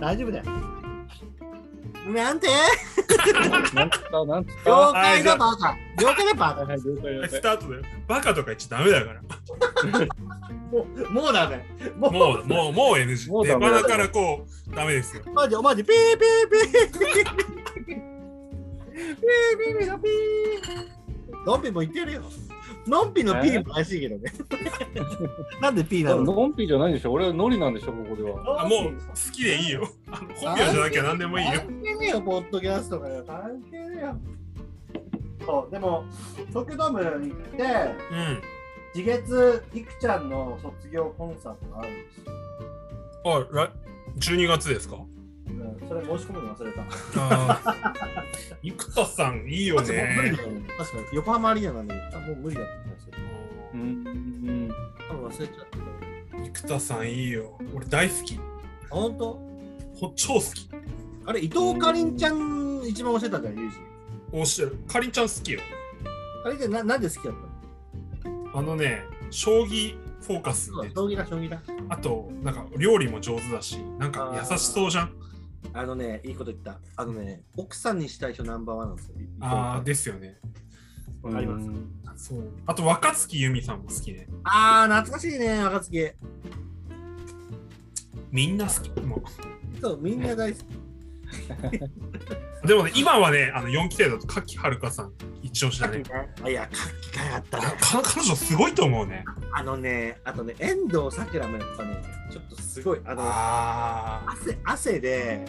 大丈夫だよ。なんてなんつったなんつった業は界のバカ業界のバカいはい、了解了 ス解。タートだよ。バカとか言っちゃダメだから。 もう、もうダメ。もう、もう、もう、もう NG。もう出ダメ鼻からこう、ダメですよ。マジ、マジ、ピーピーピー。ピーピーピのんぴも言ってるよ。のんぴのピーも怪しいけどね。 なんでピーなののんぴじゃないでしょ俺はノリなんでしょここでは。あもう、好きでいいよ。あの本名じゃなきゃ何でもいいよ。関係ねえよ、ポッドキャストがよ。関係ねえよ。そう、でも、東京ドームに行って、うん。次月、いくちゃんの卒業コンサートがあるんですよ。あ、ら12月ですかうんそれ申し込むの忘れた。あー生田さん、いいよもう無理ね。だよね。 確かに、横浜アリーナなんだけど、あもう無理だったんですよ。うんうん。多分忘れちゃった。生田さん、いいよ。俺大好き。あ、本当ほ超好き。あれ、伊藤かりんちゃん、一番教えたじゃん、ユージ。おっしゃる。かりんちゃん好きよ。あれでななんで好きだったのあのね、将棋フォーカスそうでだ、将棋だ、将棋だ。あと、なんか料理も上手だし、なんか優しそうじゃん。あのね、いいこと言った。あのね、奥さんにしたい人ナンバーワンなんですよ。ああー、ですよね。わかりますそう。あと、若月由美さんも好きね。あー、懐かしいね、若月。みんな好き。もそう、みんな大好き。うでもね、今はね、あの4期生だと、柿遥さん、一押しだね。あいや、活気があったあね。か彼女すごいと思うね。あのね、あとね、遠藤さくらもやっぱね、ちょっとすごい、あの、ああ。汗、汗 で、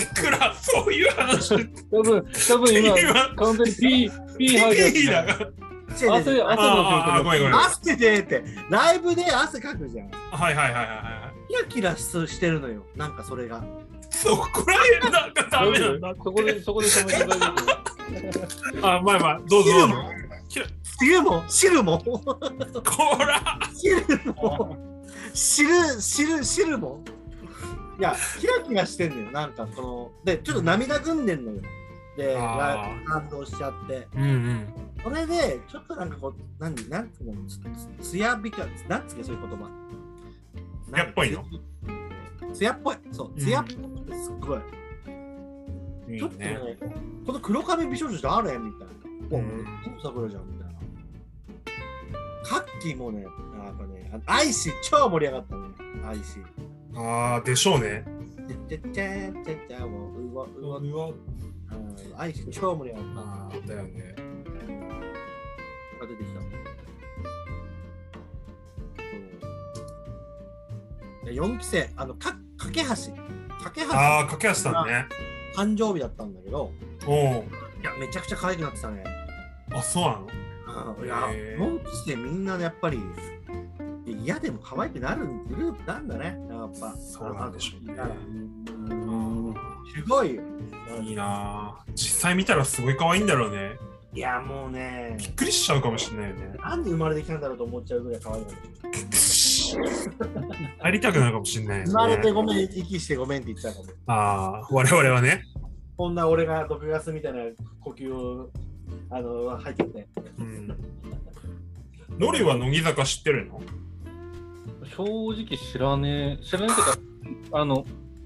いくら、そういう話って多分、多分今、今、完全にピー、ピー入るやついいね。だから。汗で、汗、汗のあーあーごめんごめん汗でって、ライブで汗かくじゃん。はいはいはいはいはキラキラすしてるのよ、なんかそれが。い。そこら辺なんかダメなんだ。そこで、そこで止めて大丈夫。あ、まあまあ、どうぞどうぞ。キラ汁も、汁も、こら汁も、汁、汁、汁も。いや、キラキラしてんのよ、なんかその、で、ちょっと涙ぐんでんのよ。で、あー感動しちゃって。うんうん。それで、ちょっとなんかこう、何、なんつうの、つつつやびか、なんつうかそういう言葉。艶っぽいのつやっぽい、そう、つやっぽくてすっごい。いいちょっとね。ね、この黒髪美少女誰みたいな。ううんん、桜じゃんみたいな。カッキーもね、なんかね、あアイシー超盛り上がったね、アイシー。ああ、でしょうね。ちゃちゃちゃちゃちゃ、もう、うわ、うわ、うんアイシー超盛り上がっああ、だよね。た。出てきた。そういや4期生、あの、か、架け橋。架け橋、ああ、架橋さんね。誕生日だったんだけど、おお。いや、めちゃくちゃ可愛くなってたね。あ、そうなのいや、へー4期生みんなねやっぱりいや嫌でも可愛くなるグループなんだね、やっぱ。そうなんでしょうねあのうんすごいよ。いいなー実際見たらすごい可愛いんだろうね。いや、もうね、びっくりしちゃうかもしれないよね。なんで生まれてきたんだろうと思っちゃうぐらい可愛いの。入りたくなるかもしれないよね。生まれてごめん、息してごめんって言っちゃうかも。ああ、我々はね。こんな俺が毒ガスみたいな呼吸をあの入ってて。うん。ノリは乃木坂知ってるの正直知らねえ知らないけどあの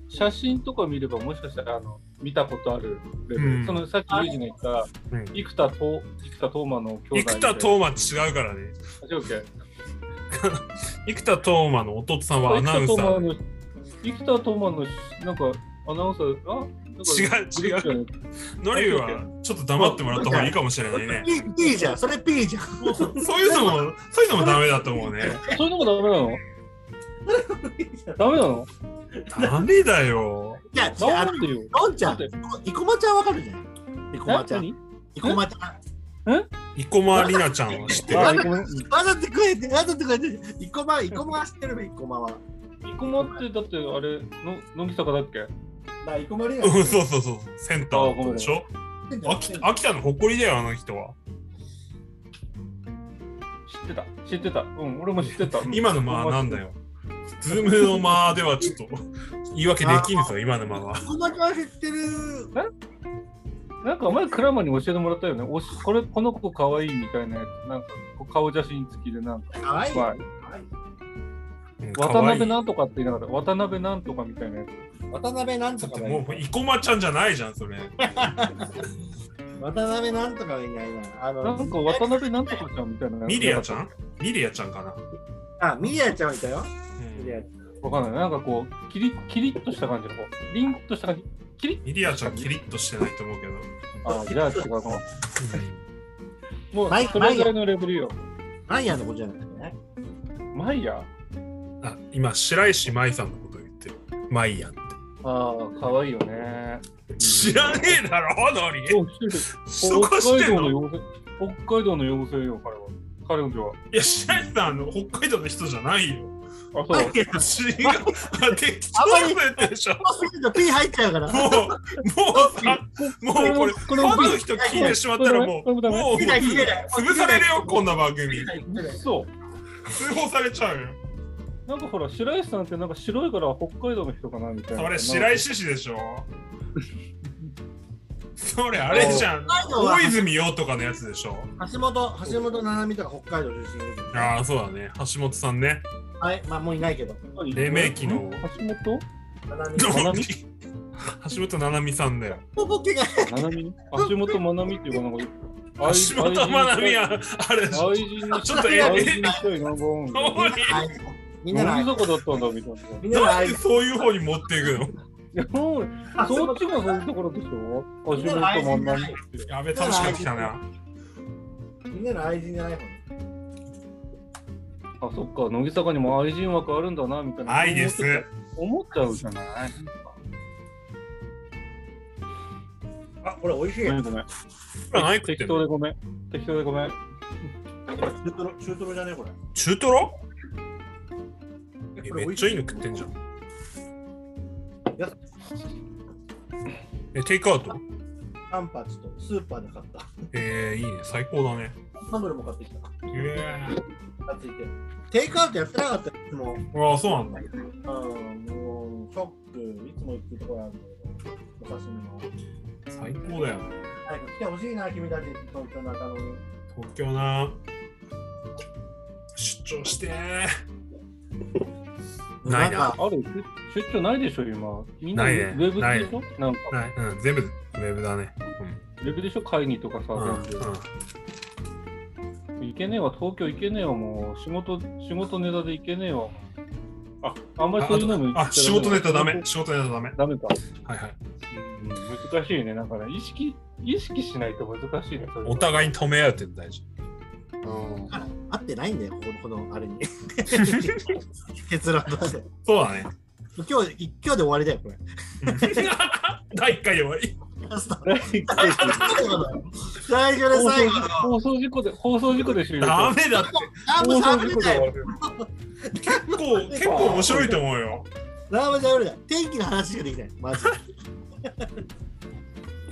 写真とか見ればもしかしたらあの見たことあるレベル、うんそのさっきユージが言ったうん生田と生田斗真の兄弟生田斗真違うからね。真違うっけ生田斗真の弟さんはアナウンサー。の生田斗真のなんかアナウンサーあなんか違う違うグループじゃないノリはちょっと黙ってもらった方がいいかもしれないね。 P, P じゃん、それ P じゃん。もうそそういうのも、そういうのもダメだと思うね。そういうのもダメなのダメなのダメだよ。いや、違うあのなんでよのんちゃんだっ、生駒ちゃんわかるじゃん。生駒ちゃん。何生駒ちゃん。生駒里奈ちゃんは知ってる。あごめんわざってくれて、わざってくれて、生駒、生駒は知ってるね、生駒は。生駒ってだってあれの乃木坂だっけだ、生駒リうん、 そうそうそう。センターでしょ秋田秋田の誇りだよ、あの人は。知ってた知ってたうん俺も知ってたうん 今の間なんだよ。ズームの間ではちょっと言い訳できんですよ、今の間は。生駒ちゃん知ってる。なんか前クラマに教えてもらったよね。おしこれこの子可愛いみたいなやつ。なんかこう顔写真付きでなんか。可愛い。まあ、うん可渡愛い辺なんとかって言いながら、渡辺なんとかみたいなやつ。渡辺なんとかがいもういもう生駒ちゃんじゃないじゃんそれ渡辺なんとかがいないな。あのなんか渡辺なんとかちゃんみたいな。ミリアちゃんミリアちゃんかな、あ、ミリアちゃんいたよ。うんミリアわかんない。なんかこう、キリッ、キリッとした感じの、こうリンとした感じ。キリッミリアちゃんキリッとしてないと思うけど、 あ、じゃあ違うかも。もう、マイそれぐらいのレベルよ。マイヤーのことじゃなくてね。マイヤーあ今白石麻衣さんのこと言ってるマイヤってああ、かわいいよね。知らねえだろノリお知ってるそこ知ってんのい妖精北海道の妖精よ、彼は。彼女は。や白石さんあの北海道の人じゃないよあ、そう。違う適当なやつでしょピー入っちゃうから。もうもうさもうこれフこれァンの人聞いてしまったらもうこれダメもうピーだけで潰されるよこんな番組そう。通報されちゃうよなんかほら、白石さんってなんか白いから北海道の人かなみたいな。それ白石市でしょそれあれじゃん北海道は大泉洋とかのやつでしょ橋本、橋本七海とか北海道出身ですよねああそうだね橋本さんねはい、まあもういないけど。石黎明期の橋本七海どうななみ橋本七海さんだよボケがまなみ橋本まなみっていうか、なんか、橋本七海はあれでしょ愛人のちょっとえ愛え人の人いながそうら、にはいみんなの乃愛木坂だったんだみたいな。みんなのなん愛でそういう方に持っていくのいや、もう、そっちもそういうところでしょ橋本まなみって。やべ楽しくなってきたなみんなの愛人じゃない方ねあ、そっか、乃木坂にも愛人枠あるんだな、みたいな。愛です思っちゃうじゃない。あ、これ美味しいごめ。んごめん。何食って適ん当のでごめん。適当でごめん。中トロ、中トロじゃねえこれ。中トロええこれ美めっ味しちゃいいいの食ってんじゃんやえテイクアウトカンパチとスーパーで買った。えー、いいね最高だねサンドルも買ってきた。えがついて。テイクアウトやってなかったよいつも。ー、ああそうなんだうん、もう、ショック、いつも行ってるところなんだけど、おかしいの。最高だよ早く来てほしいな、君たち、東京中野に。東京な出張してないなんか。ある出出張ないでしょ、今。みんなウないねェブないでしょなんか、ない、うん、全部ウェブだねウェブでしょ会議とかうん、うんさ、全部。行けねえわ、東京行けねえわ、もう。仕事、仕事ネタで行けねえわ。あ、あんまりあそういうのも言っちゃダメあ仕事ネタダメ仕事ネタダメダメか。はいはいうん難しいね。なんかね、意識、意識しないと難しいね。それお互いに止め合うって大事うん合ってないんだよ、ここの、このあれに。 結論として。そうだね今日、今日で終わりだよ、こ れ。第1回で終わりラスト大丈最後だよ最初で夫最後の。放送事故で、放送事故で終了。ダメだラって放ムしゃ送べり事故だよ。で終わる。結構結構面白いと思うよラムしゃべりだよ。天気の話しかできない。マ ジで。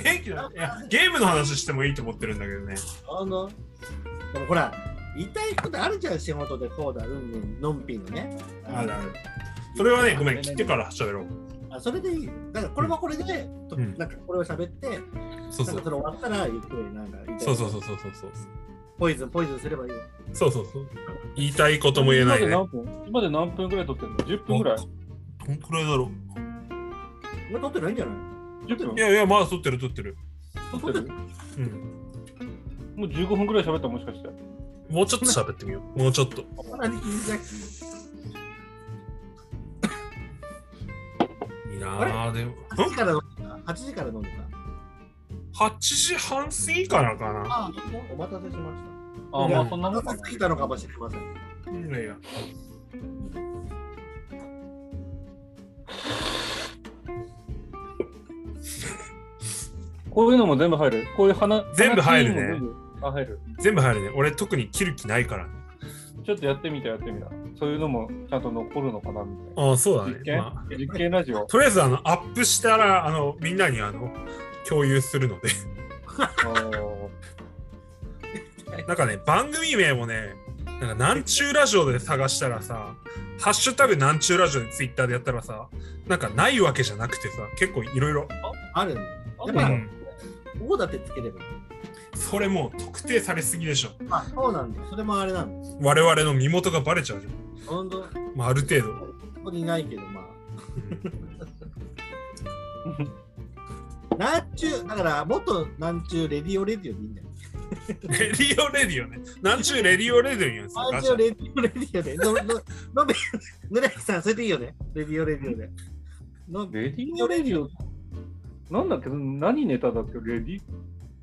元気だいやゲームの話してもいいと思ってるんだけどねあの、でもほら、言いたいことあるじゃん、仕事でこうだ、うんうん、のんぴーのね。あるあるそれはねごめん切ってから喋ろうあそれでいい。だからこれはこれで、とうんなんかこれを喋って、そうなんかそそうれ終わったらゆっくりなんか言いたいそうそうそうそうそうそうポイズン、ポイズンすればいいよ。そうそうそう言いたいことも言えないね今まで何分今まで何分ぐらい撮ってんの ?10 分ぐらいどんくらいだろまあ、撮ってないんじゃな ?10 分ういやいやまだ撮ってる撮ってる撮ってるうんもう15分ぐらい喋ったもしかして。もうちょっと喋ってみようもうちょっといさらに気にしなくていいいいなあでもん8時から飲んでた。8時から飲んでた。 8時半過ぎからかなあお待たせしました。あ、いやまあそんなもおんか待たせし。たのかもしれません。いやいやこういうのも全部入る。こういう花。全部入るね花チームも全部。あ、入る。全部入るね俺特に切る気ないからねちょっとやってみた、やってみた。そういうのもちゃんと残るのかなみたいな。ああそうだ実ね、験ま実験ラジオ あ、。とりあえずあのアップしたらあのみんなにあの共有するのであーなんかね番組名もねなんか南中ラジオで探したらさ「ハッシュタグ南中ラジオ」でツイッターでやったらさなんかないわけじゃなくてさ結構いろいろあるんだ。あやっうぱ、んこうだってつければいい。それもう特定されすぎでしょあ、そうなんだ。それもあれなんだ。我々の身元がバレちゃうじゃん本当まあ、ある程度。 ここにいないけど、まあ。なんちゅう、だから、元なんちゅうレディオレディオでいいんだよ。レディオレディオね。なんちゅうレディオレディオ言うんですよ。なんガちチゅャうレディオレディオで。の、の、のべ、ぬれさん、それでいいよね。レディオレディオで。のべ、レディオレディオ。なんだっけ何ネタだっけレディ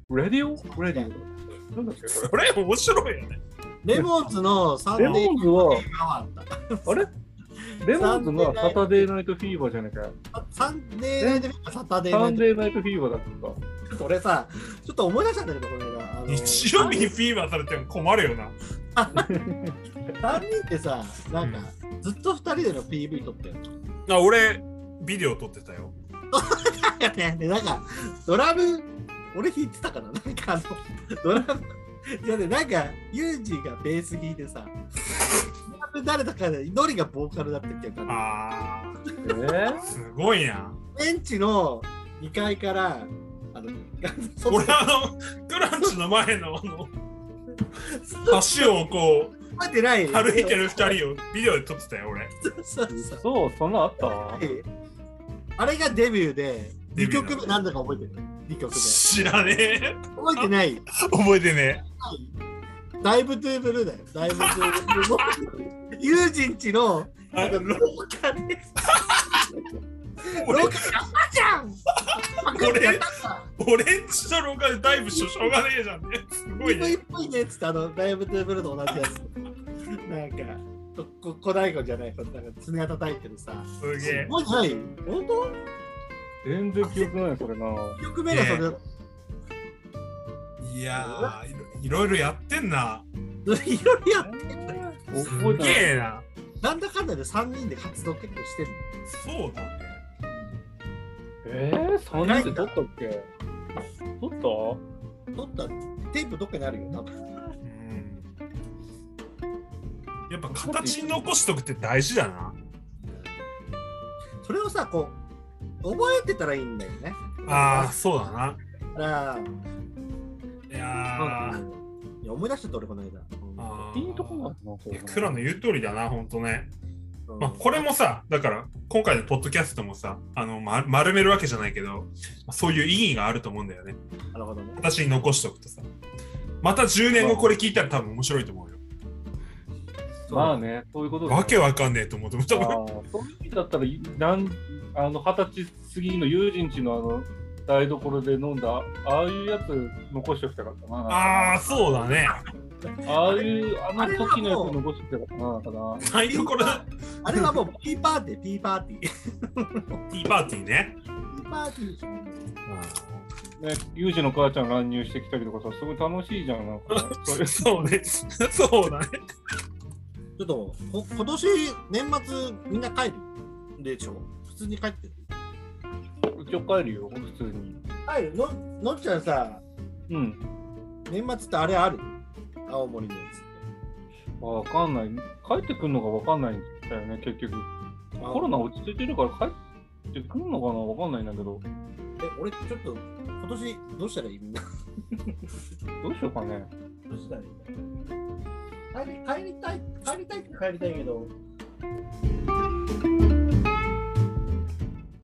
レディオレディオ。なんだっけこそれ面白いよね。レモンズのサンれ。デレーモンズは、があった。あれレモンズがサタデーナイトフィーバーじゃなきゃ。サンデーナイトフィーバーサタデーナサイントフィデーナイトフィーバーだったか。ーバー。俺さ、ちょっと思い出したんだけど、この間。あの日曜日にフィーバーされても困るよな。 3人ってさ、なんか、ずっと2人での PV 撮ってる。あ俺、ビデオ撮ってたよ。だよね。で、なんか、ドラム、俺弾いてたから、なんかあの、ドラム、いやね、なんか、ユージがベース弾いてさ、ドラム誰だかで、ノリがボーカルだったっけかな。あえーー、すごいな。ベンチの2階から、あの、俺、あの、クランチの前のあの橋をこう、までない。歩いてる二人をビデオで撮ってたよ、俺。そうそうそう、そんなあったあれがデビューで、デ2ビュー曲目なんだか覚えてる ?2 曲目。知らねえ。覚えてない。覚えてねダイブトゥーブルーだよ。ダイブトゥーブルーの。 ユージンちのえ。あ廊下で俺廊下やったじゃん俺やったんだ俺んちの廊下でダイブしようしょうがねえじゃんね。すごいいねっ。ぽいねっつってあのライブトゥーブルーと同じやつなんかここ小太鼓じゃないこうなんか爪が叩いてるさすげえ。もうない本当全然記憶ない、それな。一曲目がそれだっいやー、いろいろやってんな。たいろいろやっ覚えすてげない。えな。なんだかんだで3人で活動結構してるそうだね。えー、3人で撮ったっけ撮った撮ったテープどっかにあるよ多分うんやっぱ形に残しとくって大事だな。それをさこう覚えてたらいいんだよねああ、そうだな。だからいやー。いや思い出しちゃった俺この間うんあいいとこなーんだな、そいれやクラの言う通りだな、ほんとね。うんまあ、これもさ、だから、今回のポッドキャストもさ、あの、ま、丸めるわけじゃないけど、そういう意義があると思うんだよね。なるほどね私に残しておくとさ。また10年後これ聞いたら多分面白いと思うよ。まあね、そういうことだねわけわかんねえと思うと思う。多あ分ーそういう意味だったら、いなんあの二十歳過ぎの友人家のあの台所で飲んだ、ああいうやつ残しておきたかったな。 ああ、そうだね。ああいう、あのあれは時のもやうつ残しておきたかったな。か台所だ。あれはもうピーパーティーピーパーティーピティーパーティーね。ーパーティーなね、友人の母ちゃん乱入してきたりとかさ、すごい楽しいじゃん。なんかね、そういうそうね。 そうだね。ちょっとこ今年年末みんな帰るでしょ普通に帰ってる一応帰るよ、普通に。帰るののっちゃんさうん。年末ってあれある青森のやあわかんない。帰ってくるのがわかんないんだよね、結局。つってコロナ落ち着いてるから帰ってくるのかなわかんないんだけど。え俺ちょっと今年どうしたらいいみんなどうしようかね。どうしたらいい帰り帰りたい帰りたいって帰りたいけど